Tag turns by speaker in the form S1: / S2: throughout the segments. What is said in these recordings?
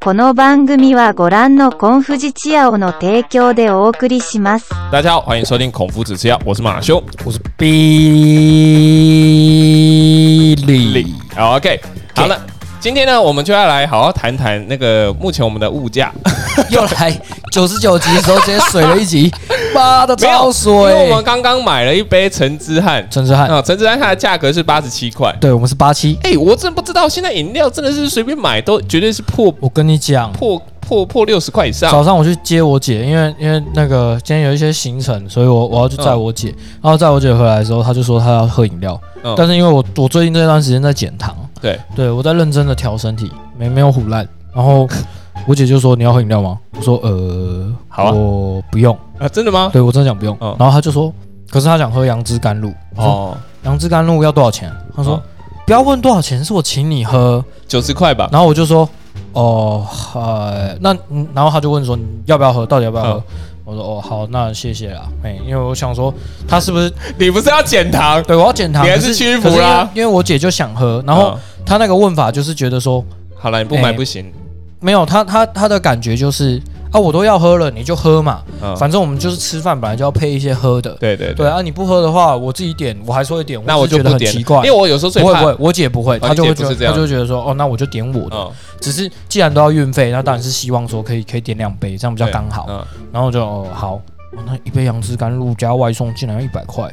S1: この番組はご覧のコンフジチアオの提供でお送りします。
S2: 大家好，欢迎收听《孔夫子之药》，我是马修。
S3: 我是 Billy，
S2: 好 OK，好了，今天呢，我们就要来好好谈谈那个目前我们的物 价。
S3: 又来九十九集的时候直接水了 一集，妈的超
S2: 因为我
S3: 水
S2: 们！刚刚买了一杯橙汁汉，
S3: 陈志汉，
S2: 啊，橙汁汉它的价格是八十七块。
S3: 对我们是八七。
S2: 哎、我真不知道，现在饮料真的是随便买都绝对是破
S3: 我跟你讲，
S2: 破破破六十块以上。
S3: 早上我去接我姐，因为因为那个今天有一些行程，所以我我要去载我姐。然后载我姐回来的时候，她就说她要喝饮料，
S2: 嗯
S3: 但是因为我我最近这段时间在减糖，
S2: 对，
S3: 对我在认真的调身体，没没有胡乱。然后我姐就说你要喝饮料吗？我说呃，
S2: 好啊
S3: 我不用。
S2: 啊，真的吗？
S3: 对我真的讲不用。
S2: 嗯
S3: 然后他就说，可是他想喝杨枝甘露。哦，
S2: 哦，
S3: 杨枝甘露要多少钱啊？他说、
S2: 嗯
S3: 不要问多少钱，是我请你喝。
S2: 九十块吧。
S3: 然后我就说，哦，呃，那嗯然后他就问说你要不要喝，到底要不要喝？
S2: 嗯
S3: 我说哦好，那谢谢啦，哎，因为我想说他是不是
S2: 你不是要减糖？
S3: 对我要减糖，
S2: 你还
S3: 可
S2: 是
S3: 是
S2: 屈服
S3: 可是因为
S2: 啦
S3: 因为我姐就想喝，然后
S2: 嗯
S3: 他那个问法就是觉得说
S2: 好了，你不买
S3: 哎
S2: 不行。
S3: 没有，他他他的感觉就是啊我都要喝了，你就喝嘛，
S2: 嗯，
S3: 反正我们就是吃饭本来就要配一些喝的，
S2: 对对
S3: 对
S2: 对，
S3: 啊，你不喝的话，我自己点，我还是会点。
S2: 那我
S3: 只
S2: 就是
S3: 觉得
S2: 不
S3: 很
S2: 点了，
S3: 奇怪，
S2: 因为我有时候最
S3: 不会
S2: 怕
S3: 不会，我姐不会，
S2: 哦
S3: 她就
S2: 你
S3: 会
S2: 姐不
S3: 觉
S2: 是
S3: 得，
S2: 这样
S3: 她就会觉得说，哦，那我就点我的。
S2: 嗯，
S3: 只是既然都要运费，那当然是希望说可以可以点两杯，这样比较
S2: 对
S3: 刚好。
S2: 嗯，
S3: 然后我就哦好，哦那一杯杨枝甘露加外送竟然要一百块，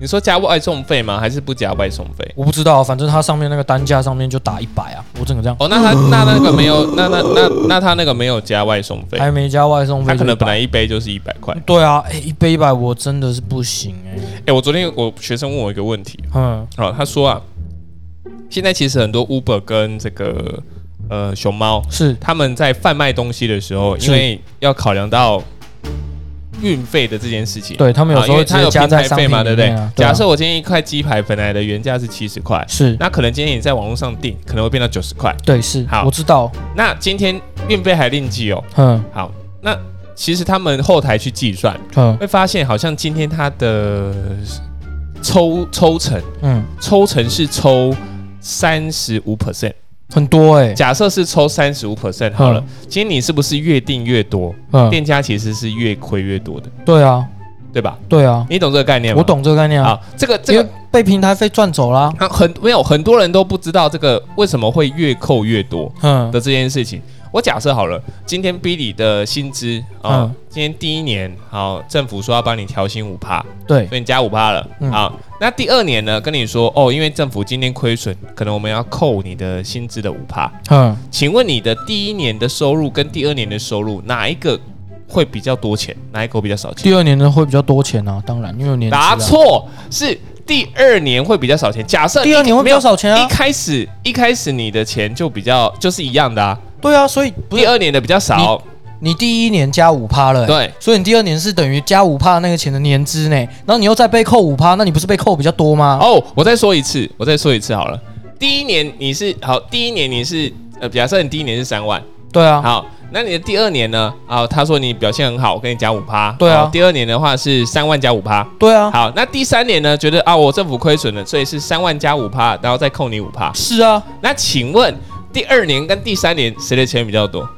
S2: 你说加外送费吗？还是不加外送费？
S3: 我不知道，啊反正它上面那个单价上面就打一百啊，我整个这样
S2: 哦，那 他那那个没有，那那那那他那个没有加外送费，
S3: 还没加外送
S2: 他
S3: 费就100，
S2: 可能本来一杯就是一百块。
S3: 对啊，哎、一杯一百我真的是不行哎、
S2: 哎、我昨天我学生问我一个问题，
S3: 嗯，
S2: 哦，他说啊，现在其实很多 Uber 跟这个呃熊猫，
S3: 是
S2: 他们在贩卖东西的时候，因
S3: 是
S2: 为要考量到运费的这件事情，
S3: 对他们有
S2: 啊，
S3: 时
S2: 因
S3: 候
S2: 为
S3: 会直
S2: 它
S3: 接
S2: 有
S3: 加
S2: 平
S3: 在
S2: 台
S3: 商
S2: 费
S3: 品
S2: 嘛，对
S3: 里
S2: 不对？
S3: 面啊。对啊
S2: 假设我今天一块鸡排本来的原价是七十块，
S3: 是，
S2: 那可能今天你在网络上订，可能会变到九十块。
S3: 对是
S2: 好，
S3: 我知道，
S2: 那今天运费还另计哦。
S3: 嗯
S2: 好，那其实他们后台去计算，
S3: 嗯
S2: 会发现好像今天它的抽抽成，
S3: 嗯。
S2: 抽成是抽三十五 percent，
S3: 很多哎、
S2: 假设是抽三十五 percent 好了，今天你是不是越订越多？
S3: 嗯，
S2: 店家其实是越亏越多的，
S3: 对啊，
S2: 对吧？
S3: 对啊，
S2: 你懂这个概念吗？
S3: 我懂这个概念啊，
S2: 啊，这个这
S3: 因
S2: 个
S3: 为被平台费赚走啦。
S2: 啊，很没有很多人都不知道这个为什么会越扣越多
S3: 嗯
S2: 的这件事情。我假设好了，今天 Billy 的薪资啊，
S3: 嗯
S2: 今天第一年好，政府说要帮你调薪五趴，
S3: 对，
S2: 所以你加五趴了、
S3: 嗯
S2: 好，那第二年呢，跟你说哦，因为政府今天亏损，可能我们要扣你的薪资的五趴。
S3: 嗯，
S2: 请问你的第一年的收入跟第二年的收入哪一个会比较多钱？哪一个会比较少钱？
S3: 第二年呢会比较多钱啊，当然，因为有年资啊
S2: 答，错，是第二年会比较少钱。假设
S3: 第二年会比
S2: 没
S3: 较
S2: 有
S3: 少钱
S2: 一
S3: 啊，
S2: 开始一开始你的钱就比较就是一样的啊，
S3: 对啊，所以不
S2: 第
S3: 是
S2: 二年的比较少，
S3: 你第一年加五趴了、欸，
S2: 对
S3: 所以你第二年是等于加五趴那个钱的年资呢，然后你又再被扣五趴，那你不是被扣比较多吗？
S2: 哦。我再说一次，我再说一次好了。第一年你是好，第一年你是呃，假设你第一年是三万，
S3: 对啊，
S2: 好，那你的第二年呢？啊，他说你表现很好，我跟你讲五趴，
S3: 对啊
S2: 好第二年的话是三万加五趴。
S3: 对啊，
S2: 好，那第三年呢？觉得啊，我政府亏损了，所以是三万加五趴，然后再扣你五趴。
S3: 是啊，
S2: 那请问第二年跟第三年谁的钱比较多？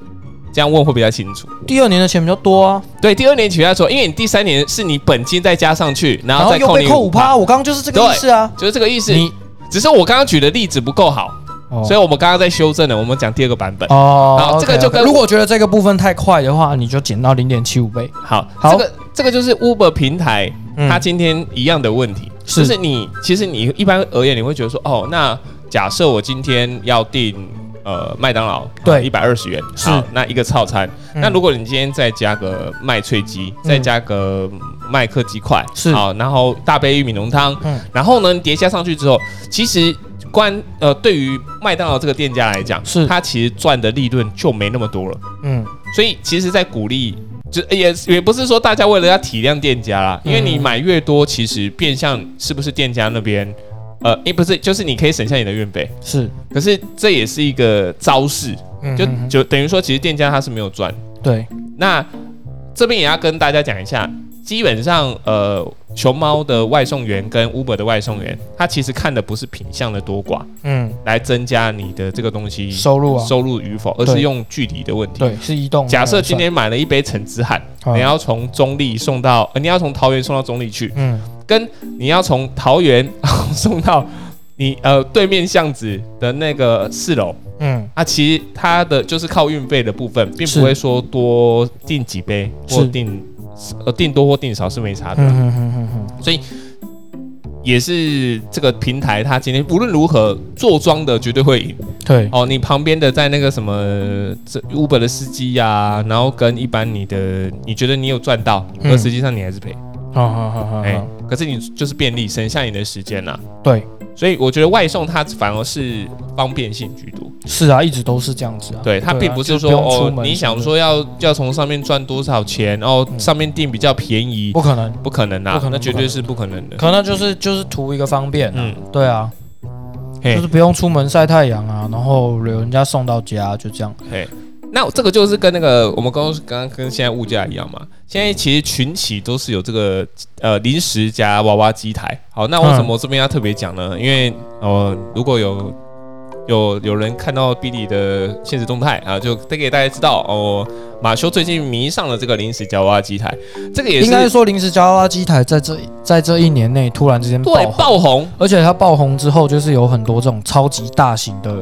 S2: 这样问会比较清楚。
S3: 第二年的钱比较多啊，
S2: 对，第二年请他说，因为你第三年是你本金再加上去，然
S3: 然
S2: 后
S3: 后
S2: 再
S3: 又
S2: 扣
S3: 被
S2: 你
S3: 扣五
S2: 五
S3: 趴，，我刚刚就是这个意思啊，
S2: 就是这个意思。
S3: 你
S2: 只是我刚刚举的例子不够好，
S3: 哦
S2: 所以我们刚刚在修正了，我们讲第二个版本。
S3: 哦，
S2: 好这个
S3: OK，OK
S2: 就跟
S3: 如果觉得这个部分太快的话，你就减到零点七五倍。
S2: 好，
S3: 好
S2: 这个这个就是 Uber 平台，
S3: 嗯
S2: 它今天一样的问题，
S3: 是
S2: 就是你其实你一般而言，你会觉得说，哦，那假设我今天要订呃麦当劳，
S3: 对
S2: 一百二十元，
S3: 是
S2: 好那一个套餐。
S3: 嗯
S2: 那如果你今天再加个麦脆鸡，
S3: 嗯
S2: 再加个麦克鸡块，
S3: 是
S2: 好，然后大杯玉米浓汤，
S3: 嗯
S2: 然后呢叠加上去之后，其实关呃对于麦当劳这个店家来讲，
S3: 是
S2: 它其实赚的利润就没那么多了。
S3: 嗯，
S2: 所以其实，在鼓励，就呃也也不是说大家为了要体谅店家啦，因
S3: 嗯
S2: 为你买越多，其实变相是不是店家那边，呃，也不是，就是你可以省下你的运费。
S3: 是，
S2: 可是这也是一个招式，
S3: 嗯
S2: 就
S3: 哼哼
S2: 就等于说，其实店家他是没有赚。
S3: 对，
S2: 那这边也要跟大家讲一下，基本上呃，熊猫的外送员跟 Uber 的外送员，他其实看的不是品相的多寡，
S3: 嗯，
S2: 来增加你的这个东西
S3: 收入啊，
S2: 嗯收入与否，而
S3: 对
S2: 是用距离的问题。
S3: 对，是移动。
S2: 假设今天买了一杯橙汁汉，
S3: 嗯
S2: 你要从中立送到，呃你要从桃园送到中立去，
S3: 嗯，
S2: 跟你要从桃园 送到你呃对面巷子的那个四楼，
S3: 嗯
S2: 啊，其实它的就是靠运费的部分，并
S3: 是
S2: 不会说多订几杯或
S3: 是
S2: 订呃订多或订少是没差
S3: 嗯
S2: 的，
S3: 嗯嗯嗯
S2: 也是这个平台它今天无论如何坐庄的绝对会赢。
S3: 嗯，对，
S2: 哦，你旁边的在那个什么这 Uber 的司机呀、然后跟一般你的，你觉得你有赚到，
S3: 嗯啊
S2: 而实际上你还是赔，
S3: 好好好好
S2: 哎、
S3: 好，
S2: 可是你就是便利，省下你的时间啦、
S3: 对，
S2: 所以我觉得外送它反而是方便性居多，
S3: 是啊，一直都是这样子啊。
S2: 对它
S3: 啊
S2: 并不是
S3: 就
S2: 说
S3: 用出
S2: 哦，
S3: 门
S2: 你
S3: 什么
S2: 想
S3: 的
S2: 说要要从上面赚多少钱，哦，
S3: 嗯
S2: 上面订比较便宜，
S3: 不可能，
S2: 不可能啦
S3: 不可，能
S2: 那
S3: 不
S2: 绝
S3: 可
S2: 对
S3: 能
S2: 是不可能的。
S3: 可能就是就是图一个方便啊。
S2: 嗯，哎
S3: 对啊，
S2: 嘿
S3: 就是不用出门晒太阳啊，然后有人家送到家，就这样。
S2: 嘿，那这个就是跟那个我们刚刚刚刚跟现在物价一样嘛。现在其实群起都是有这个呃零食加娃娃机台。好，那为什么我这边要特别讲呢？因为呃，如果有有有人看到 b i 的现实动态啊，就得给大家知道哦，马修最近迷上了这个零食加娃娃机台，这个也是
S3: 应该说，临时加拉机台在这在这一年内突然之间爆
S2: 对
S3: 红，
S2: 爆红，
S3: 而且它爆红之后，就是有很多这种超级大型的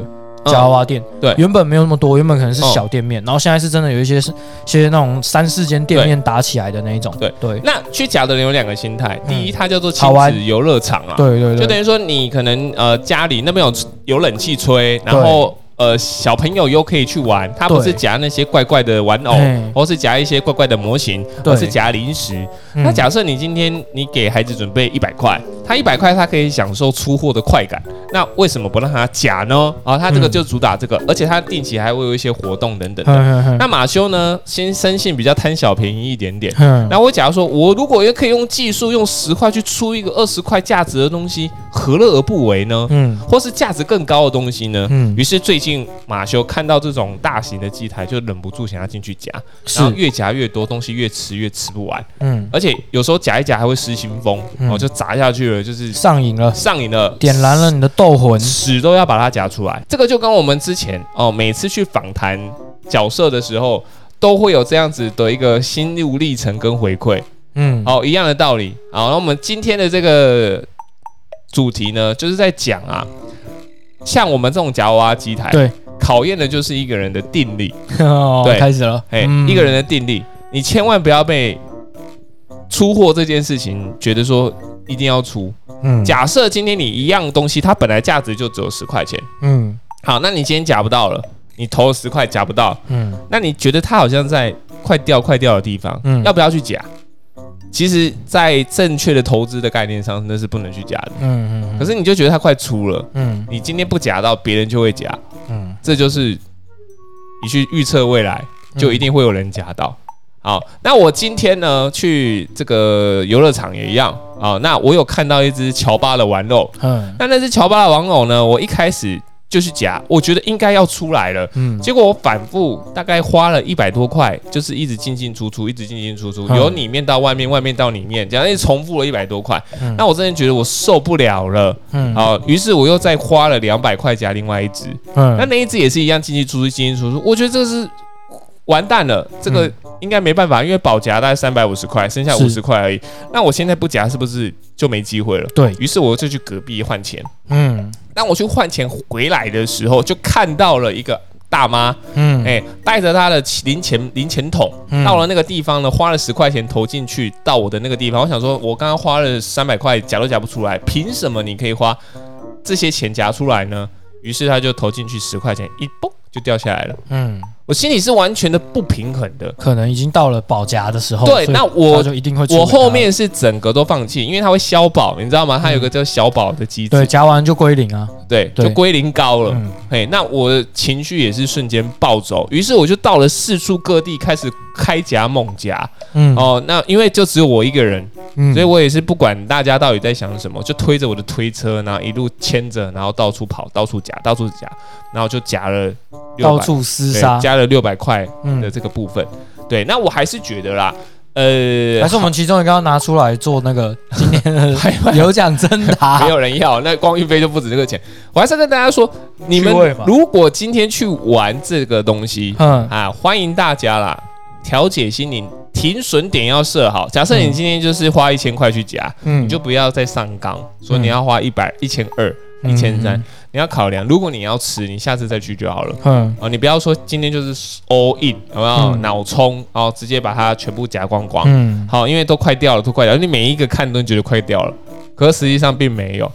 S3: 夹娃
S2: 嗯
S3: 娃店、
S2: 对
S3: 原本没有那么多，原本可能是
S2: 嗯
S3: 小店面，然后现在是真的有一些是一些那种三四间店面打起来的那一种。
S2: 对
S3: 对
S2: 那去夹的人有两个心态，第一，它叫做亲
S3: 嗯好玩
S2: 子游乐场啊，
S3: 对对
S2: 就
S3: 对
S2: 等
S3: 对，
S2: 于说你可能呃家里那边有有冷气吹，然后呃小朋友又可以去玩，他不
S3: 对
S2: 是夹那些怪怪的玩偶，
S3: 嘿
S2: 或是夹一些怪怪的模型，
S3: 对
S2: 或是夹零食。
S3: 嗯
S2: 那假设你今天你给孩子准备一百块，他一百块他可以享受出货的快感，那为什么不让他夹呢？啊，他这个
S3: 嗯
S2: 就主打这个，而且他定期还会有一些活动等等的。
S3: 哼哼
S2: 那马修呢，先生性比较贪小便宜一点点。
S3: 哼
S2: 那我假如说，我如果也可以用技术用十块去出一个二十块价值的东西，何乐而不为呢？
S3: 嗯
S2: 或是价值更高的东西呢？
S3: 嗯
S2: 于是最近马修看到这种大型的机台，就忍不住想要进去夹，然后
S3: 是
S2: 越夹越多，东西越吃越吃不完，
S3: 嗯
S2: 而且有时候夹一夹还会失心疯，然
S3: 嗯
S2: 后就砸下去了，就是
S3: 上瘾了，
S2: 上瘾了，
S3: 点燃了你的斗魂。
S2: 屎都要把它夹出来。这个就跟我们之前哦，每次去访谈角色的时候，都会有这样子的一个心路历程跟回馈。
S3: 嗯
S2: 好，一样的道理。好，那我们今天的这个主题呢，就是在讲啊，像我们这种夹娃娃机台，
S3: 对，
S2: 考验的就是一个人的定力，
S3: 哦
S2: 对
S3: 开始了。
S2: 哎、
S3: 嗯
S2: 一个人的定力，你千万不要被出货这件事情觉得说一定要出。
S3: 嗯
S2: 假设今天你一样东西，它本来价值就只有十块钱，
S3: 嗯
S2: 好，那你今天夹不到了，你投了十块夹不到，
S3: 嗯
S2: 那你觉得它好像在快掉快掉的地方，
S3: 嗯
S2: 要不要去夹？其实，在正确的投资的概念上，那是不能去夹的。
S3: 嗯嗯，
S2: 可是你就觉得它快出了，
S3: 嗯
S2: 你今天不夹到，别人就会夹，
S3: 嗯
S2: 这就是你去预测未来，就一定会有人夹
S3: 嗯
S2: 到。好，那我今天呢去这个游乐场也一样啊、那我有看到一只乔巴的玩偶，
S3: 嗯
S2: 那那只乔巴的玩偶呢，我一开始就去夹，我觉得应该要出来了。
S3: 嗯
S2: 结果我反复大概花了一百多块，就是一直进进出出，一直进进出出，
S3: 嗯
S2: 由里面到外面，外面到里面，这样一直重复了一百多块。
S3: 嗯
S2: 那我真的觉得我受不了了，
S3: 嗯
S2: 好、于是我又再花了两百块加另外一只，那
S3: 嗯
S2: 那一只也是一样进进出出，进进出出，我觉得这是完蛋了，这个
S3: 嗯
S2: 应该没办法，因为保夹大概三百五十块，剩下
S3: 是
S2: 五十块而已。那我现在不夹是不是就没机会了？
S3: 对
S2: 于是我就去隔壁换钱。
S3: 嗯
S2: 当我去换钱回来的时候，就看到了一个大妈。
S3: 嗯
S2: 哎、带着他的零钱零钱桶
S3: 嗯
S2: 到了那个地方呢，花了十块钱投进去，到我的那个地方，我想说，我刚刚花了三百块，夹都夹不出来，凭什么你可以花这些钱夹出来呢？于是他就投进去十块钱，一蹦就掉下来了。
S3: 嗯，
S2: 我心里是完全的不平衡的。
S3: 可能已经到了保夹的时候。
S2: 对
S3: 哦所以
S2: 那我
S3: 它就一定会出
S2: 我
S3: 给它
S2: 后面是整个都放弃，因为它会消保，你知道吗？它有个叫消保的机
S3: 对
S2: 制，
S3: 夹完就归零啊。
S2: 对，
S3: 对
S2: 就归零高了。
S3: 嗯
S2: 嘿，那我的情绪也是瞬间暴走，于是我就到了四处各地开始开夹猛夹。
S3: 嗯
S2: 哦，那因为就只有我一个人，
S3: 嗯
S2: 所以我也是不管大家到底在想什么，就推着我的推车，然后一路牵着，然后到处跑，到处夹，到处夹，然后就夹了600
S3: 到处厮
S2: 对
S3: 杀。
S2: 夹了六百块
S3: 嗯
S2: 的这个部分。对，那我还是觉得啦，呃，
S3: 还是我们其中一个要拿出来做那 个今天的有奖征
S2: 没
S3: 答？
S2: 有人要，那光运费就不止这个钱。我还是要跟大家说，你们
S3: 趣味嘛
S2: 如果今天去玩这个东西
S3: 嗯，
S2: 啊，欢迎大家啦，调节心灵，停损点要设好。假设你
S3: 嗯
S2: 今天就是花一千块去夹，
S3: 嗯
S2: 你就不要再上纲，说你要花一百、一千二、一
S3: 嗯
S2: 千三
S3: 嗯，
S2: 你要考量。如果你要吃，你下次再去就好了。
S3: 嗯
S2: 哦，你不要说今天就是 all in，有没有
S3: 嗯
S2: 脑冲？哦，直接把它全部夹光光。
S3: 嗯，
S2: 好，因为都快掉了，都快掉了，你每一个看都觉得快掉了，可是实际上并没有。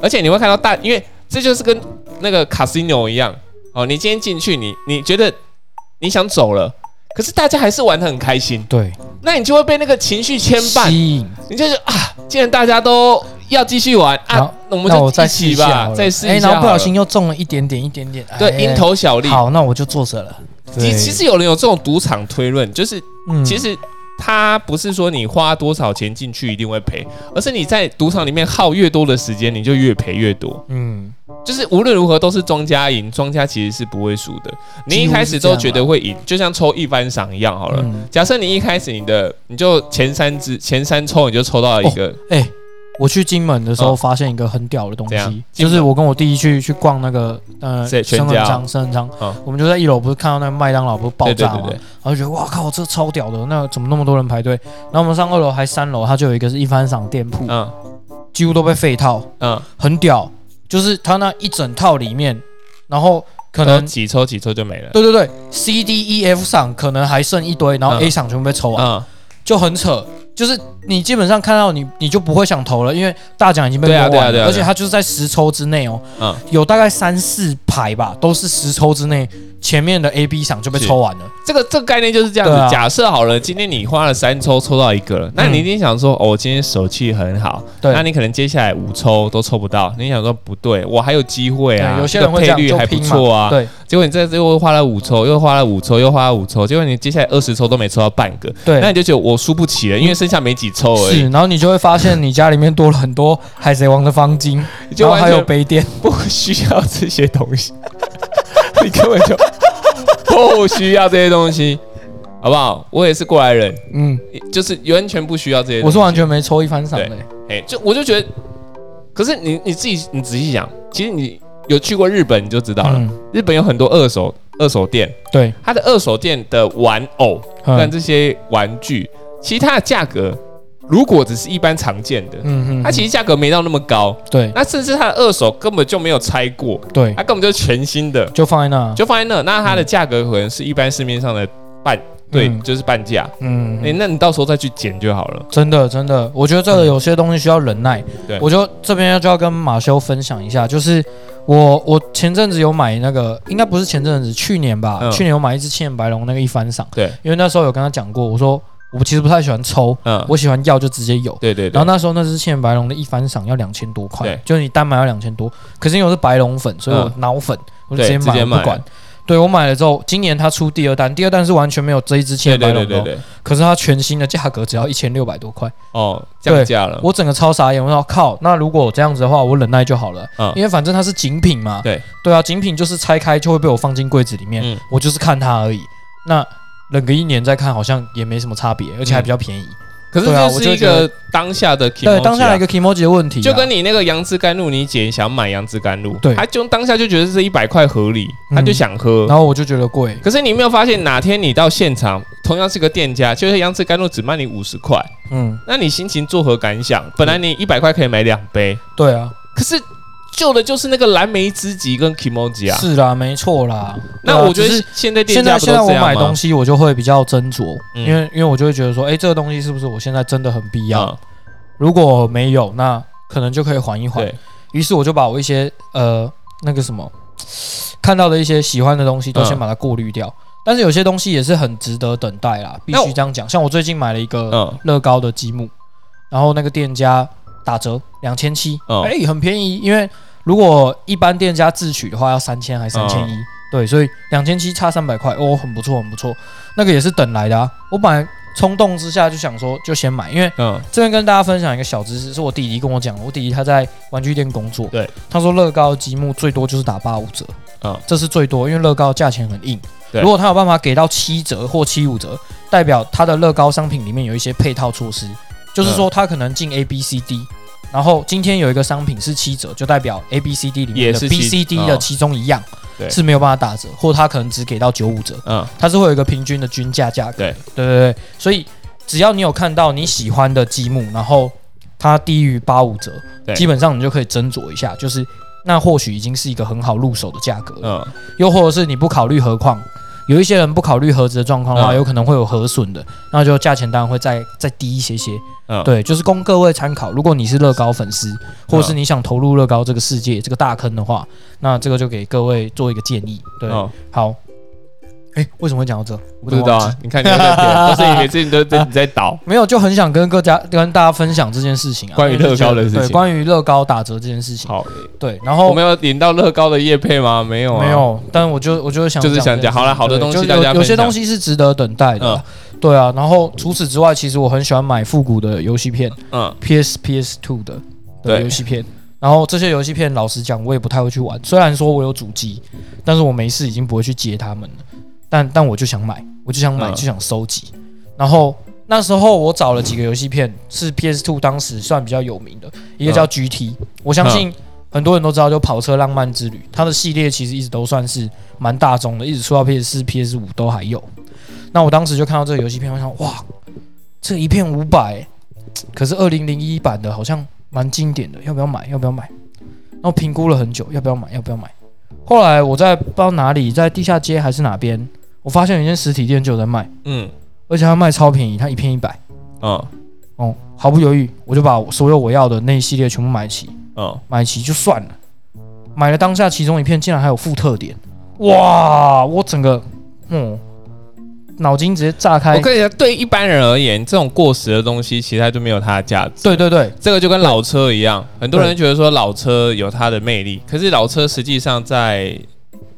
S2: 而且你会看到大，因为这就是跟那个 casino 一样，哦，你今天进去，你你觉得你想走了，可是大家还是玩得很开心，
S3: 对，
S2: 那你就会被那个情绪牵绊，
S3: 吸引。
S2: 你就是啊，既然大家都要继续玩
S3: 然后
S2: 啊，那我们
S3: 那我
S2: 就
S3: 再
S2: 一
S3: 试一
S2: 起
S3: 下
S2: 吧
S3: 好，了，
S2: 再试
S3: 哎
S2: 一下好了。
S3: 然后不小心又中了一点点，一点点，
S2: 对
S3: 哎
S2: 蝇头小利，
S3: 好，那我就坐着了。
S2: 其其实有人有这种赌场推论，就是
S3: 嗯
S2: 其实它不是说你花多少钱进去一定会赔，而是你在赌场里面耗越多的时间，你就越赔越多。
S3: 嗯，
S2: 就是无论如何都是庄家赢，庄家其实是不会输的。你一开始都觉得会赢，就像抽一番赏一样好了。
S3: 啊嗯
S2: 假设你一开始你的你就前三只前三抽你就抽到了一个，
S3: 哎、我去金门的时
S2: 嗯
S3: 候发现一个很屌的东
S2: 怎样
S3: 西，
S2: 金
S3: 就
S2: 门
S3: 是我跟我弟去去逛那个呃
S2: 谁全
S3: 生人
S2: 家
S3: 仓生人仓
S2: 嗯，
S3: 我们就在一楼不是看到那个麦当劳不是爆
S2: 对对
S3: 炸
S2: 对
S3: 吗？
S2: 对，
S3: 然后觉得哇靠，这超屌的，那怎么那么多人排队？然后我们上二楼还三楼，它就有一个是一番赏店铺，
S2: 嗯
S3: 几乎都被废套，
S2: 嗯，
S3: 很屌，就是它那一整套里面，然后可
S2: 然后
S3: 能。
S2: 几抽几抽就没了。
S3: 对对对，C D E F 赏可能还剩一堆，然后
S2: 嗯
S3: A 赏全部被抽完，
S2: 嗯，
S3: 就很扯。就是你基本上看到你，你就不会想投了，因为大奖已经被
S2: 对
S3: 摸
S2: 啊
S3: 完
S2: 对
S3: 了，
S2: 啊对啊对啊
S3: 而且它就是在十抽之内哦，
S2: 嗯
S3: 有大概三四排吧，都是十抽之内，前面的 A、B 赏就被
S2: 是
S3: 抽完了，
S2: 这个这个概念就是这样子。
S3: 对啊
S2: 假设好了，今天你花了三抽抽到一个了，那你
S3: 嗯
S2: 一定想说，哦，我今天手气很好，
S3: 对
S2: 那你可能接下来五抽都抽不到，你想说不对，我还有机会啊，
S3: 对有些
S2: 这
S3: 人
S2: 个
S3: 会这
S2: 配
S3: 样
S2: 率
S3: 就
S2: 还不
S3: 拼嘛
S2: 错啊。
S3: 对
S2: 结果你这次又花了五抽，又花了五抽，又花了五抽，结果你接下来二十抽都没抽到半个，
S3: 对，嗯
S2: 那你就觉得我输不起了，因为剩下没几抽而
S3: 是，
S2: 已，
S3: 然后你就会发现你家里面多了很多海贼王的方巾，
S2: 就
S3: 然后
S2: 完
S3: 还有
S2: 全
S3: 杯垫，
S2: 不需要这些东西， 你根本就不需要这些东西，好不好？我也是过来人，
S3: 嗯，
S2: 就是完全不需要这些东
S3: 我
S2: 西。
S3: 是完全没抽一番赏的、
S2: 对哎、就我就觉得，可是你你自己你仔细想，其实你有去过日本你就知道了，
S3: 嗯，
S2: 日本有很多二手二手店，
S3: 对，
S2: 它的二手店的玩偶跟
S3: 嗯
S2: 这些玩具，其他的价格如果只是一般常见的，
S3: 嗯嗯，嗯
S2: 它其
S3: 实
S2: 实价格没到那么高，
S3: 对
S2: 那甚至它的二手根本就没有拆过，
S3: 对，
S2: 它根本就是全新的，
S3: 就放在那，
S2: 就放在那，那它的价格可能是一般市面上的半，对，
S3: 嗯
S2: 就是半价。
S3: 嗯，
S2: 哎、那你到时候再去捡就好了。
S3: 真的，真的，我觉得这个有些东西需要忍耐。
S2: 对
S3: 我就这边就要跟马修分享一下，就是我我前阵子有买那个，应该不是前阵子，去年吧，
S2: 嗯
S3: 去年有买一只青眼白龙那个一番赏，
S2: 对，
S3: 因为那时候有跟他讲过，我说我其实不太喜欢抽，
S2: 嗯，
S3: 我喜欢要就直接有。
S2: 对对
S3: 然
S2: 对
S3: 后，那时候那只青眼白龙的一番赏要两千多块
S2: 对，
S3: 就是你单买要两千多，可是因为我是白龙粉，所以我
S2: 嗯
S3: 脑粉，我就直
S2: 对
S3: 接
S2: 直接
S3: 买，我
S2: 买
S3: 不管。对我买了之后，今年他出第二单，第二单是完全没有这一只青
S2: 对
S3: 眼白
S2: 对
S3: 龙
S2: 对
S3: 的
S2: 对
S3: 哦，
S2: 对，
S3: 可是它全新的价格只要一千六百多块。
S2: 哦，降价了，
S3: 我整个超傻眼，我说靠，那如果我这样子的话，我忍耐就好了，
S2: 嗯
S3: 因为反正它是精品嘛。
S2: 对
S3: 对啊，精品就是拆开就会被我放进柜子里面，
S2: 嗯
S3: 我就是看它而已。那忍个一年再看，好像也没什么差别，而且还比较便宜。
S2: 嗯可是
S3: 对啊
S2: 这
S3: 我
S2: 是
S3: 就
S2: 一
S3: 觉得
S2: 个当下的 k
S3: 对，当下一个 emoji 的问题啊、
S2: 啊就跟你那个杨枝甘露，你姐想买杨枝甘露，
S3: 对
S2: 她就当下就觉得这一百块合理，
S3: 嗯
S2: 她就想喝。
S3: 然后我就觉得贵，
S2: 可是你有没有发现哪天你到现场，同样是个店家，就是杨枝甘露只卖你五十块，
S3: 嗯，
S2: 那你心情作何感想？本来你一百块可以买两杯，
S3: 对啊，
S2: 可是旧的就是那个蓝莓汁级跟 kimoji 啊。
S3: 是啦，没错啦。
S2: 那
S3: 对啊
S2: 我觉得
S3: 只是
S2: 现在店
S3: 现
S2: 家
S3: 在
S2: 不
S3: 现
S2: 都
S3: 在
S2: 这
S3: 我
S2: 样吗？
S3: 买东西，我就会比较斟酌，
S2: 嗯
S3: 因为因为我就会觉得说，哎、这个东西是不是我现在真的很必要？
S2: 嗯
S3: 如果没有，那可能就可以缓一缓。
S2: 对，
S3: 于是我就把我一些呃那个什么看到的一些喜欢的东西都先把它过滤掉。但是有些东西也是很值得等待啦，必
S2: 那我
S3: 须这样讲。像我最近买了一个
S2: 嗯
S3: 乐高的积木，然后那个店家打折两千七，
S2: 嗯
S3: 哎，很便宜。因为如果一般店家自取的话，要三千还三千一，
S2: 哦
S3: 对，所以两千七差三百块，哦，很不错，很不错。那个也是等来的啊。我本来冲动之下就想说就先买，因为
S2: 嗯
S3: 这边跟大家分享一个小知识，是我弟弟跟我讲的。我弟弟他在玩具店工作，
S2: 对，
S3: 他说乐高积木最多就是打八五折，
S2: 嗯
S3: 这是最多，因为乐高价钱很硬。
S2: 对
S3: 如果他有办法给到七折或七五折，代表他的乐高商品里面有一些配套措施，就是说他可能进 A B C D，然后今天有一个商品是七折，就代表 A B C D 里面
S2: 也
S3: 的
S2: 是
S3: B
S2: 七嗯
S3: C D 的其中一样
S2: 对
S3: 是没有办法打折，或他可能只给到九五折，
S2: 嗯，
S3: 它是会有一个平均的均价价格。
S2: 对
S3: 对对对，所以只要你有看到你喜欢的积木，然后它低于八五折
S2: 对，
S3: 基本上你就可以斟酌一下，就是那或许已经是一个很好入手的价格了。
S2: 嗯，
S3: 又或者是你不考虑何况，有一些人不考虑盒子的状况的
S2: 嗯
S3: 话，有可能会有核损的，那就价钱当然会再再低一些些。
S2: 嗯
S3: 对，就是供各位参考。如果你是乐高粉丝，或者是
S2: 嗯
S3: 你想投入乐高这个世界这个大坑的话，那这个就给各位做一个建议。对，
S2: 嗯
S3: 好。哎，为什么会讲到这？我
S2: 不知
S3: 有点
S2: 道
S3: 忘记
S2: 啊，你看你在那边，不是你每次你都在你在 倒，
S3: 没有，就很想跟各家跟大家分享这件事情啊，
S2: 关于乐高的事情
S3: 对，关于乐高打折这件事情，
S2: 好，
S3: 对，然
S2: 我
S3: 后
S2: 们有领到乐高的叶配吗？没有啊，
S3: 哦没，有，但我就我就想
S2: 就是想
S3: 这件
S2: 讲好了，好的
S3: 对
S2: 东
S3: 就
S2: 西
S3: 是
S2: 大家
S3: 有有些
S2: 分享嗯
S3: 东西是值得等待的啊，对啊。然后除此之外，其实我很喜欢买复古的游戏片
S2: 嗯，
S3: ，PS PS Two 的的
S2: 对
S3: 游戏片。然后这些游戏片，老实讲，我也不太会去玩。虽然说我有主机，但是我没事已经不会去接他们了。但但我就想买，我就想买，
S2: 嗯
S3: 就想收集。然后那时候我找了几个游戏片，是 PS Two 当时算比较有名的，一个叫 GT，、我相信很多人都知道，就跑车浪漫之旅，它的系列其实一直都算是蛮大众的，一直出到 PS 四、PS 五都还有。那我当时就看到这个游戏片，我想哇，这一片五百、可是二零零一版的好像蛮经典的，要不要买？要不要买？然后评估了很久，要不要买？要不要买？后来我在不知道哪里，在地下街还是哪边，我发现有一间实体店就有在卖，
S2: 嗯
S3: 而且它卖超便宜，它一片一百。
S2: 嗯
S3: 哦，毫不犹豫，我就把所有我要的那一系列全部买齐，
S2: 嗯，
S3: 买齐就算了。买了当下其中一片竟然还有附特点，哇！我整个，嗯，脑筋直接炸开
S2: 我。跟你讲，对一般人而言，这种过时的东西其实它就没有它的价值。
S3: 对对对，
S2: 这个就跟老车一样，很多人觉得说老车有它的魅力，可是老车实际上在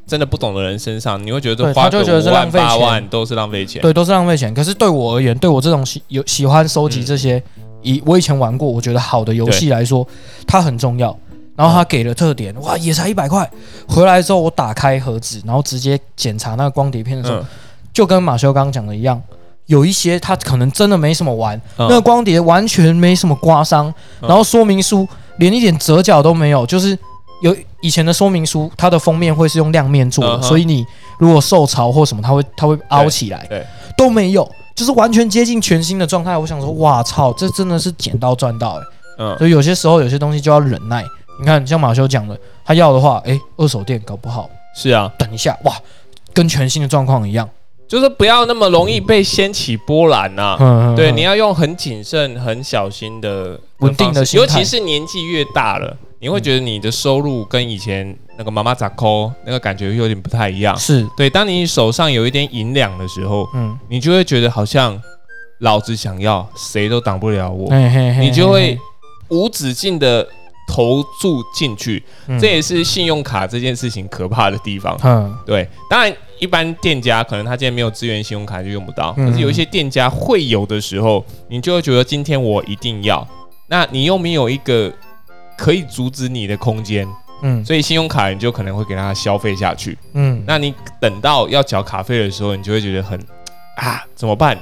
S2: 真的不懂的人身上，你会觉得
S3: 对
S2: 花
S3: 他
S2: 个
S3: 就会觉得
S2: 五
S3: 是
S2: 万
S3: 浪费钱
S2: 八万都是浪费钱。
S3: 对，都是浪费钱。可是对我而言，对我这种喜有喜欢收集这些，
S2: 嗯
S3: 以我以前玩过，我觉得好的游戏来说，它很重要。然后它给了特
S2: 嗯
S3: 点，哇，也才一百块。回来之后，我打开盒子，然后直接检查那个光碟片的时候，
S2: 嗯，
S3: 就跟马修刚刚讲的一样，有一些它可能真的没什么玩，
S2: 嗯
S3: 那个光碟完全没什么刮伤，
S2: 嗯
S3: 然后说明书连一点折角都没有，就是有以前的说明书，它的封面会是用亮面做的，
S2: 嗯哼
S3: 所以你如果受潮或什么，它会它会凹起来，
S2: 对
S3: 都没有，就是完全接近全新的状态。我想说，哇操，这真的是捡到赚到哎、
S2: 嗯
S3: 所以有些时候有些东西就要忍耐。你看，像马修讲的，他要的话，哎，二手店搞不好
S2: 是啊，
S3: 等一下，哇，跟全新的状况一样。
S2: 就是不要那么容易被掀起波澜呐、啊。
S3: 嗯，嗯
S2: 对，
S3: 嗯
S2: 你要用很谨慎、很小心的
S3: 稳定的
S2: 方式
S3: 心态
S2: 尤其是年纪越大了，你会觉得你的收入跟以前那个妈妈咋抠那个感觉有点不太一样。
S3: 是，
S2: 对，当你手上有一点银两的时候，
S3: 嗯，
S2: 你就会觉得好像老子想要，谁都挡不了我，
S3: 嘿嘿嘿
S2: 你就
S3: 哎嘿
S2: 会
S3: 嘿
S2: 无止境的投注进去。
S3: 嗯
S2: 这也是信用卡这件事情可怕的地方。
S3: 嗯，
S2: 对，当然一般店家可能他今天没有支援信用卡就用不到，
S3: 嗯
S2: 可是有一些店家会有的时候，你就会觉得今天我一定要，那你又没有一个可以阻止你的空间，
S3: 嗯
S2: 所以信用卡你就可能会给他消费下去。
S3: 嗯，
S2: 那你等到要缴卡费的时候，你就会觉得很啊，怎么办？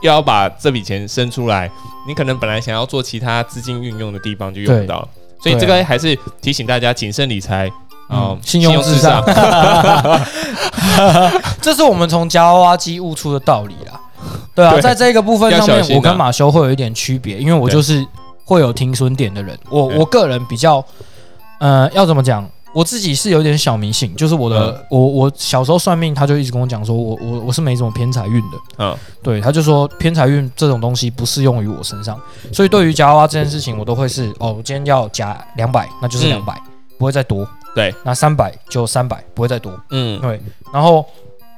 S2: 又要把这笔钱生出来，你可能本来想要做其他资金运用的地方就用不到了，所以这
S3: 对啊
S2: 个还是提醒大家谨慎理财。啊，
S3: 嗯信用至上 这是我们从夹娃娃机悟出的道理啦。对啊，
S2: 对
S3: 在这个部分上
S2: 要小心啊
S3: 面，我跟马修会有一点区别，因为我
S2: 对
S3: 就是会有停损点的人。我
S2: 对
S3: 我个人比较，呃，要怎么讲？我自己是有点小迷信，就是我
S2: 呃
S3: 的，我我小时候算命，他就一直跟我讲说，我我我是没什么偏财运的。
S2: 嗯，
S3: 对，他就说偏财运这种东西不适用于我身上，所以对于夹娃娃这件事情，我都会是哦，我今天要夹两百，那就是两
S2: 嗯
S3: 百、不会再多。
S2: 对，
S3: 那三百就三百，不会再多。
S2: 嗯，
S3: 对，然后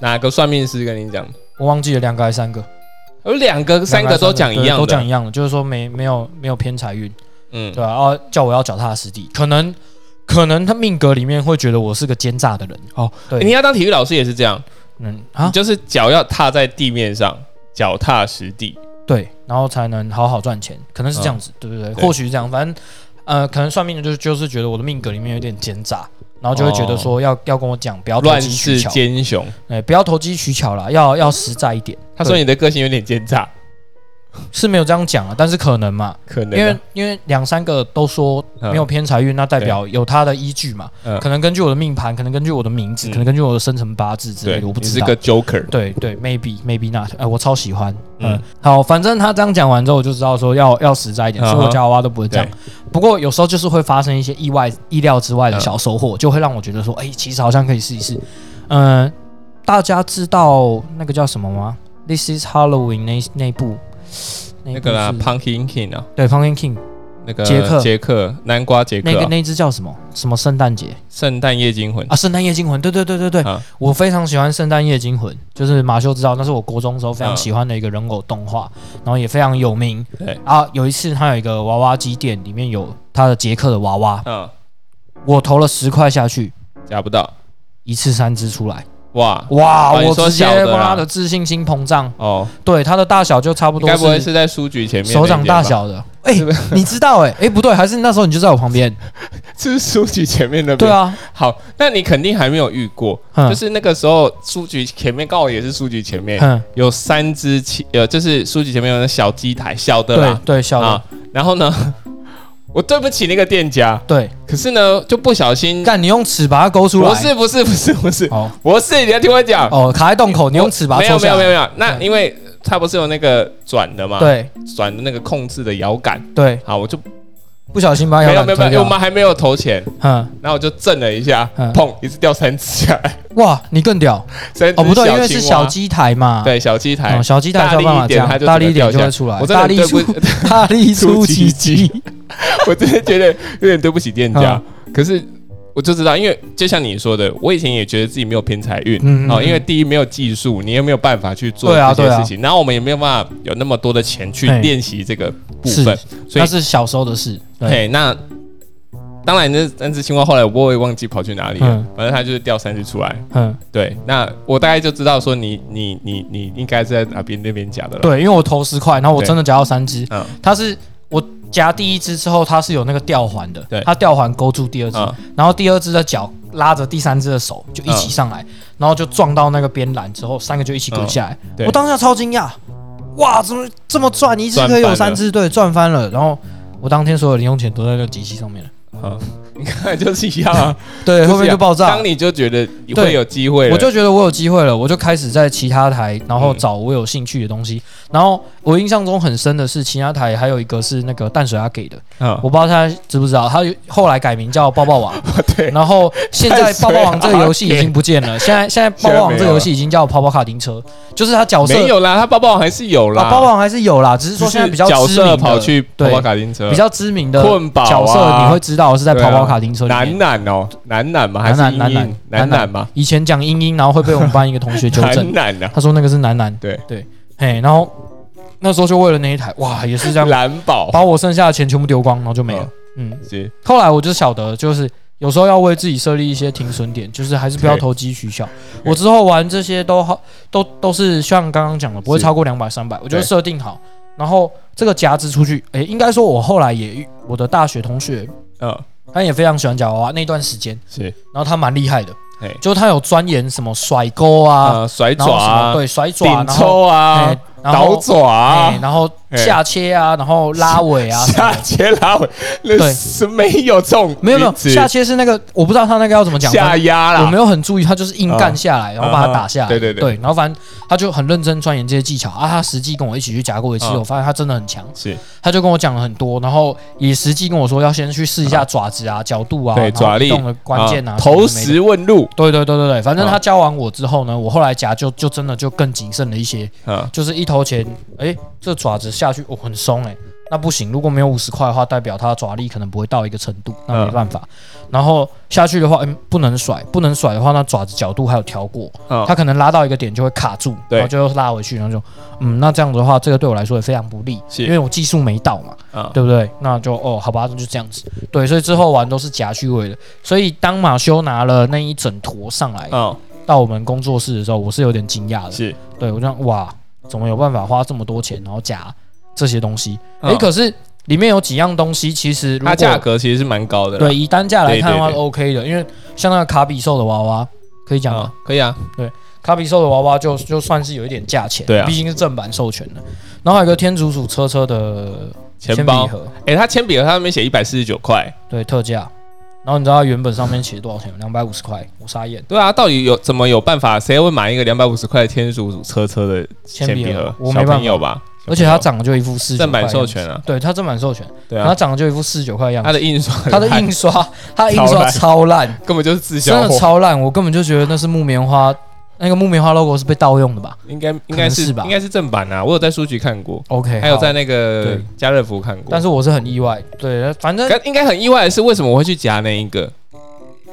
S2: 哪个算命师跟你讲？
S3: 我忘记了两个还是三个，
S2: 有两个、三
S3: 两
S2: 个
S3: 还是
S2: 都讲一
S3: 对
S2: 样的，
S3: 都讲一样的，就是说没没有没有偏财运，
S2: 嗯
S3: 对，吧、啊？叫我要脚踏实地，可能可能他命格里面会觉得我是个奸诈的人
S2: 哦，
S3: 对，
S2: 你要当体育老师也是这样，
S3: 嗯啊
S2: 你，就是脚要踏在地面上，脚踏实地。
S3: 对，然后才能好好赚钱，可能是这样子，对不对？
S2: 嗯对
S3: 或许是这样，反正呃，可能算命的就就是觉得我的命格里面有点奸诈，然后就会觉得说要、要跟我讲，不要投
S2: 哦乱
S3: 机取
S2: 世
S3: 巧，
S2: 奸雄。
S3: 哎、不要投机取巧啦，要要实在一点。
S2: 他说你的个性有点奸诈，
S3: 是没有这样讲啊，但是可能嘛，
S2: 可能啊
S3: 因为因为两三个都说没有偏财运，那代表有他的依据嘛
S2: 嗯，
S3: 可能根据我的命盘，可能根据我的名字，
S2: 嗯
S3: 可能根据我的生辰八字之类
S2: 对，
S3: 的，我不
S2: 你
S3: 知
S2: 是
S3: 道
S2: 个。Joker。
S3: 对对，maybe maybe not，哎，我超喜欢。
S2: 嗯
S3: 嗯，好，反正他这样讲完之后，我就知道说要要实在一点，
S2: 嗯哼
S3: 所以我家娃娃都不会这样
S2: 对。
S3: 不过有时候就是会发生一些意外、意料之
S2: 嗯
S3: 外的小收获，就会让我觉得说，哎，其实好像可以试一试。嗯，大家知道那个叫什么吗？This is Halloween 那那部那
S2: 那
S3: 部
S2: 个啦
S3: 是
S2: ，Pumpkin King 啊，
S3: 对 Pumpkin King
S2: 那个
S3: 杰克
S2: 杰克，南瓜杰
S3: 那
S2: 克
S3: 个
S2: 啊，
S3: 那一只叫什么？什么圣诞节
S2: 圣诞夜惊魂
S3: 啊？圣诞夜惊魂，对对对对对，
S2: 啊
S3: 我非常喜欢圣诞夜惊魂，就是马修知道，那是我国中时候非
S2: 嗯
S3: 常喜欢的一个人偶动画，然后也非常有名。
S2: 对
S3: 啊，有一次他有一个娃娃机店，里面有他的杰克的娃娃，
S2: 啊，
S3: 我投了十块下去，
S2: 夹不到
S3: 一次三只出来，
S2: 哇
S3: 哇，
S2: 哦你
S3: 我
S2: 说
S3: 直接
S2: 小的啦
S3: 妈的自信心膨胀，
S2: 哦，
S3: 对它的大小就差不
S2: 你
S3: 多
S2: 该不会是在书局前面
S3: 手
S2: 那
S3: 掌
S2: 间吧
S3: 大？小的？哎、你知道哎、哎、不对，还是那时候你就在我旁边，
S2: 是书局前面那边。
S3: 对，啊，
S2: 好，那你肯定还没有遇过，
S3: 嗯
S2: 就是那个时候书局前面刚好也是书局前面
S3: 嗯，
S2: 有三只青，呃，就是书局前面有那小机台，小的
S3: 对
S2: 啦
S3: 对，小的，
S2: 啊，然后呢， 我对不起那个店家，
S3: 对。
S2: 可是呢就不小心，
S3: 干，你用尺把它勾出来。
S2: 不是不是不是不是
S3: 哦
S2: 不是，你要听我讲，
S3: 哦，卡在洞口，你用尺把它
S2: 啊没有
S3: 抽
S2: 没
S3: 下来。
S2: 有没有没有，那
S3: 对
S2: 因为它不是有那个转的嘛，，
S3: 对
S2: 转的那个控制的摇杆，
S3: 对，
S2: 好，我就
S3: 不小心把
S2: 没
S3: 摇
S2: 有
S3: 杆
S2: 没有
S3: 推
S2: 没有，
S3: 掉
S2: 我。们还没有投钱，
S3: 嗯，
S2: 然后我就震了一下，
S3: 嗯
S2: 砰，一次掉三只下来，
S3: 哇，你更屌
S2: 三只
S3: 哦，不对，
S2: 小
S3: 因为是
S2: 青蛙
S3: 小机台嘛。
S2: 对小机台
S3: 哦，，小机台才有办法这样，
S2: 大
S3: 大
S2: 力
S3: 力
S2: 一
S3: 一
S2: 点它就
S3: 点就
S2: 整个掉下来
S3: 会出来
S2: 我。真的
S3: 大
S2: 很对
S3: 力 出
S2: 不，
S3: 大力
S2: 出
S3: 出
S2: 奇
S3: 奇迹。
S2: 我真的觉得有点对不起店家，可是。我就知道，因为就像你说的，我以前也觉得自己没有偏财运，
S3: 嗯嗯
S2: 哦，
S3: 嗯
S2: 因为第一没有技术，你也没有办法去做
S3: 对啊
S2: 这些
S3: 对啊
S2: 事情，然后我们也没有办法有那么多的钱去
S3: 嘿
S2: 练习这个部
S3: 是
S2: 分，所以
S3: 那是小时候的事。对，
S2: 嘿，那当然那那只青蛙后来我也忘记跑去哪里了，
S3: 嗯
S2: 反正它就是掉三只出来。
S3: 嗯，
S2: 对，那我大概就知道说你你你你应该是在哪边那边夹的了。，
S3: 对，因为我投十块，然后我
S2: 对
S3: 真的夹到三只。
S2: 嗯
S3: 它是我夹第一只之后，它是有那个吊环的
S2: 对，
S3: 它吊环勾住第二只，
S2: 啊、
S3: 然后第二只的脚拉着第三只的手就一起上来，然后就撞到那个边栏之后，三个就一起滚下来。
S2: 嗯对
S3: 我当下超惊讶，哇，怎么这么赚？你一只可以有三只，对，赚翻了。然后我当天所有零用钱都在那个机器上面了，
S2: 啊，你看就是一样啊，
S3: 对，
S2: 是
S3: 后面
S2: 一
S3: 就
S2: 样
S3: 爆炸
S2: 当。你就觉得你
S3: 对
S2: 会有机会了，
S3: 我就觉得我有机会了，我就开始在其他台，然后找我有兴趣的东西。然后我印象中很深的是，其他台还有一个是那个淡水阿给的，
S2: 啊，
S3: 我不知道他知不知道，他后来改名叫抱抱网，
S2: 对
S3: 然后现在抱抱网这个游戏已经不见了，现在现在抱抱
S2: 现在没有
S3: 网这个游戏已经叫跑跑卡丁车，就是他角色
S2: 没有啦，他包包还是有啦，
S3: 啊，抱抱网还是有啦，只是说
S2: 只
S3: 现在
S2: 是
S3: 比较
S2: 角
S3: 知名
S2: 色
S3: 的
S2: 跑去包包
S3: 对
S2: 卡丁车，
S3: 比较知名的
S2: 困宝啊
S3: 角色，你会知道是在
S2: 对啊
S3: 跑跑卡丁车里
S2: 男
S3: 面。
S2: 男哦，男男嘛还
S3: 男
S2: 是
S3: 男
S2: 英
S3: 男
S2: 英
S3: 男
S2: 男男嘛，
S3: 以前讲英英，然后会被我们班一个同学纠正
S2: 男，男啊，
S3: 他说那个是男男，
S2: 对
S3: 对，嘿，然后那时候就为了那一台，哇，也是这样，
S2: 蓝宝
S3: 把我剩下的钱全部丢光，然后就没了，嗯。
S2: 是
S3: 后来我就晓得，就是有时候要为自己设立一些停损点，就是还是不要投机取巧。
S2: 对
S3: 我之后玩这些都好，都嗯都是像刚刚讲的，不会超过两百、三百，我就设定好。然后这个夹子出去，诶，应该说我后来也遇我的大学同学，
S2: 嗯
S3: 他也非常喜欢夹娃娃那段时间，
S2: 是
S3: 然后他蛮厉害的
S2: 嘿，
S3: 就他有钻研什么甩钩啊，
S2: 啊，甩
S3: 然
S2: 爪
S3: 后什么
S2: 啊，
S3: 对呃甩爪，
S2: 顶
S3: 然后
S2: 抽啊
S3: 诶，然
S2: 倒
S3: 后
S2: 爪
S3: 诶
S2: 啊，
S3: 然后下切啊，然后拉尾 啊，什么
S2: 下
S3: 的
S2: 切拉尾，那
S3: 对
S2: 是没有这种
S3: 没有没有
S2: 名词
S3: 下切是那个我不知道他那个要怎么讲，
S2: 下压
S3: 我没
S2: 啦，
S3: 有很注意，他就是硬干下来，然后把他打下来。
S2: 嗯对对对
S3: 对，然后反正他就很认真钻研这些技巧啊。他实际跟我一起去夹过一次，
S2: 嗯
S3: 我发现他真的很强。
S2: 是
S3: 他就跟我讲了很多，然后也实际跟我说要先去试一下爪子啊、角度啊、
S2: 对
S3: 然后
S2: 爪力
S3: 移动的关键啊、
S2: 投
S3: 什么之类的。
S2: 石问路
S3: 对对对对对，反正
S2: 嗯
S3: 他教完我之后呢，我后来夹就就真的就更谨慎了一些，
S2: 啊，
S3: 就是一头前，诶，这爪子下去哦很松诶，那不行，如果没有五十块的话，代表他的爪力可能不会到一个程度，
S2: 嗯
S3: 那没办法。然后下去的话，嗯，不能甩，不能甩的话，那爪子角度还有调过，
S2: 嗯
S3: 它可能拉到一个点就会卡住，
S2: 对
S3: 然后就拉回去，然后就嗯，那这样子的话，这个对我来说也非常不利，
S2: 是
S3: 因为我技术没到嘛，
S2: 啊，
S3: 对不对？那就哦，好吧，那就这样子。对，所以之后玩都是夹趣味的。所以当马修拿了那一整坨上来
S2: 嗯
S3: 到我们工作室的时候，我是有点惊讶的，
S2: 是，
S3: 对我就想哇，怎么有办法花这么多钱然后夹这些东西？诶，
S2: 嗯
S3: 可是里面有几样东西，其实如
S2: 它
S3: 果
S2: 价格其实是蛮高的啦。嗯
S3: 对以单价来看的话
S2: 对对对
S3: 是 OK 的，因为像那个卡比兽的娃娃，可以讲吗
S2: 啊，可以啊，
S3: 卡比兽的娃娃就就算是有一点价钱，
S2: 对啊
S3: 毕竟是正版授权的。然后还有一个天竺鼠车车的
S2: 钱
S3: 铅
S2: 包
S3: 笔。盒，
S2: 哎，它铅笔盒它上面写一百四十九块。
S3: 对特价。然后你知道它原本上面写多少钱吗？两百五十块，我傻眼。
S2: 对啊，到底有怎么有办法？谁会买一个两百五十块的天竺鼠车车的铅
S3: 铅笔
S2: 笔
S3: 盒
S2: 盒？
S3: 我没
S2: 小
S3: 办
S2: 朋
S3: 法
S2: 友吧，
S3: 而且它长得就一副四
S2: 正版授权啊，
S3: 对它正版授权，
S2: 对
S3: 然
S2: 啊，
S3: 后它长得就一副四十九块的样
S2: 它
S3: 子。
S2: 的印刷很
S3: 它的
S2: 烂
S3: 印刷，它的印
S2: 超
S3: 刷
S2: 烂
S3: 超烂，
S2: 根本就是自
S3: 真
S2: 销
S3: 的
S2: 货，
S3: 超烂，我根本就觉得那是木棉花，那个木棉花 logo 是被盗用的吧
S2: 应该应
S3: 可
S2: 该
S3: 能
S2: 是
S3: 是吧
S2: 应该是正版啊，我有在书局看过，
S3: ？OK，
S2: 还有
S3: 好
S2: 在那个
S3: 对
S2: 家乐福看过，
S3: 但是我是很意外，对，反正
S2: 但应该很意外的是，为什么我会去夹那一个？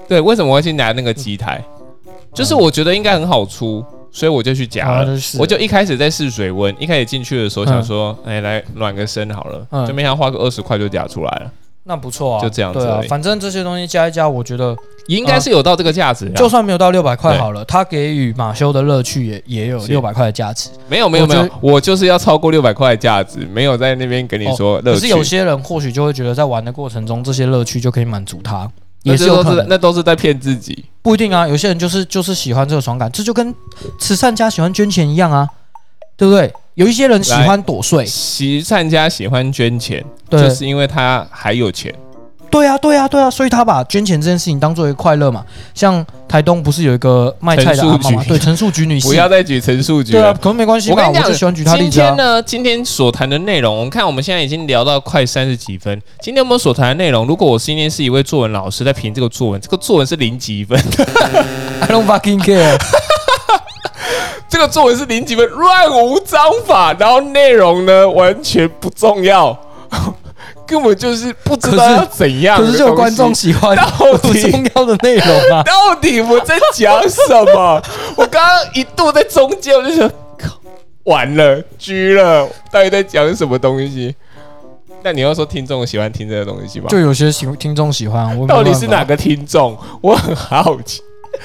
S2: 对，为什么我会去拿那个机台？就是我觉得应该很好出，所以我就去夹
S3: 啊
S2: 了。
S3: 就是
S2: 我就一开始在试水温，一开始进去的时候想说，哎、来暖个身好了，
S3: 嗯
S2: 就没想到花个二十块就夹出来了，
S3: 那不错啊，
S2: 就这样子
S3: 对啊
S2: 而已，
S3: 反正这些东西加一加，我觉得
S2: 应该是有到这个价值啊、
S3: 嗯就算没有到六百块
S2: 对
S3: 好了，它给予马修的乐趣也也有
S2: 是
S3: 六百块的价值。
S2: 没有没有
S3: 我
S2: 没
S3: 觉得哦
S2: 有，我就是要超过六百块的价值，没有在那边跟你说乐
S3: 可
S2: 趣。
S3: 是有些人或许就会觉得，在玩的过程中，这些乐趣就可以满足他，
S2: 那
S3: 也
S2: 这
S3: 是
S2: 都
S3: 有
S2: 是
S3: 可
S2: 在
S3: 能。
S2: 那都是在骗自己。
S3: 不一定啊，有些人就是就是喜欢这个爽感，这就跟慈善家喜欢捐钱一样啊，对不对？有一些人喜欢躲税，
S2: 慈善家喜欢捐钱，就
S3: 对
S2: 是因为他还有钱。
S3: 对啊，对啊，对啊，所以他把捐钱这件事情当做一个快乐嘛。像台东不是有一个卖菜的阿妈
S2: 陈
S3: 嘛
S2: 述？局
S3: 对，陈述菊 女士
S2: 不，要再举陈述局
S3: 对
S2: 了
S3: 啊，，可能没关系
S2: 我跟
S3: 吧，我
S2: 你讲，
S3: 就喜欢举他例
S2: 今
S3: 子啊
S2: 天。呢，今天所谈的内容，我们看我们现在已经聊到快三十几分。今天我们所谈的内容，如果我今天是一位作文老师在评这个作文，这个作文是零几分，
S3: I don't fucking care。
S2: 这个作文是零几分，乱无章法，然后内容呢完全不重要， 根本就是不知道
S3: 可是
S2: 要怎样的东
S3: 可是
S2: 西。
S3: 就有观众喜欢
S2: 到
S3: 不
S2: 底
S3: 重要的内 容啊。
S2: 到底我在讲什么？我刚刚一度在中间，我就想，靠完了，狙了，到底在讲什么东西？那你要说听众喜欢听这个东西吗？
S3: 就有些喜听众喜欢，我没
S2: 到底
S3: 办
S2: 是
S3: 法
S2: 哪？个听众？我很好奇。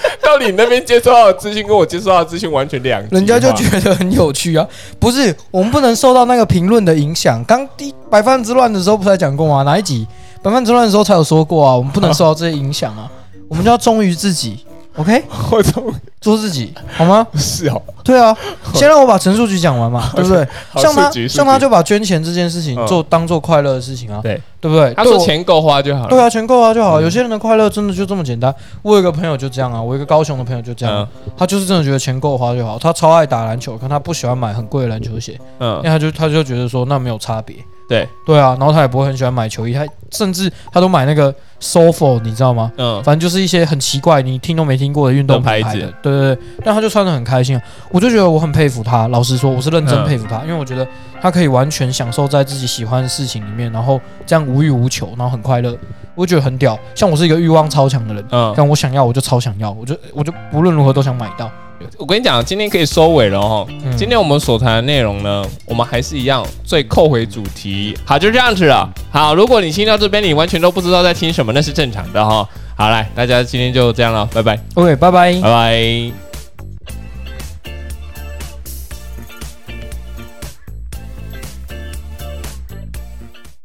S2: 到底你那边接收到的资讯跟我接收到的资讯完全两极化，
S3: 人家就觉得很有趣啊，不是我们不能受到那个评论的影响。刚第百分之乱的时候不是才讲过吗？哪一集百分之乱的时候才有说过啊？我们不能受到这些影响啊，我们就要忠于自己，OK，
S2: 我从
S3: 做自己好吗？
S2: 是哦，
S3: 对啊，先让我把陈述局讲完嘛，对不对？
S2: 好
S3: 像他
S2: 数据数据
S3: 像他就把捐钱这件事情
S2: 嗯
S3: 做当做快乐的事情啊，
S2: 对
S3: 对不对？
S2: 他说
S3: 对我
S2: 钱嗯够花就好了。
S3: 对啊，全够啊就好。有些人的快乐真的就这么简单。我有一个朋友就这样啊，我有一个高雄的朋友就这样啊，
S2: 嗯
S3: 他就是真的觉得钱够花就好。他超爱打篮球，可他不喜欢买很贵的篮球鞋，
S2: 嗯
S3: 因为他就他就觉得说那没有差别。
S2: 对，
S3: 对啊，然后他也不会很喜欢买球衣，他甚至他都买那个 Sofo，你知道吗？
S2: 嗯，
S3: 反正就是一些很奇怪、你听都没听过的运动
S2: 那牌
S3: 品
S2: 子
S3: 牌的，对对对，但他就穿得很开心、啊，我就觉得我很佩服他。老实说，我是认真
S2: 嗯
S3: 佩服他，因为我觉得他可以完全享受在自己喜欢的事情里面，然后这样无欲无求，然后很快乐，我觉得很屌。像我是一个欲望超强的人，
S2: 嗯，
S3: 但我想要我就超想要，我就我就不论如何都想买到。
S2: 我跟你讲，今天可以收尾了哦。
S3: 嗯
S2: 今天我们所谈的内容呢，我们还是一样，最扣回主题。好，就这样子了。好，如果你听到这边，你完全都不知道在听什么，那是正常的哈。好，来，大家今天就这样了，拜拜，
S3: OK，拜拜。
S2: 拜拜。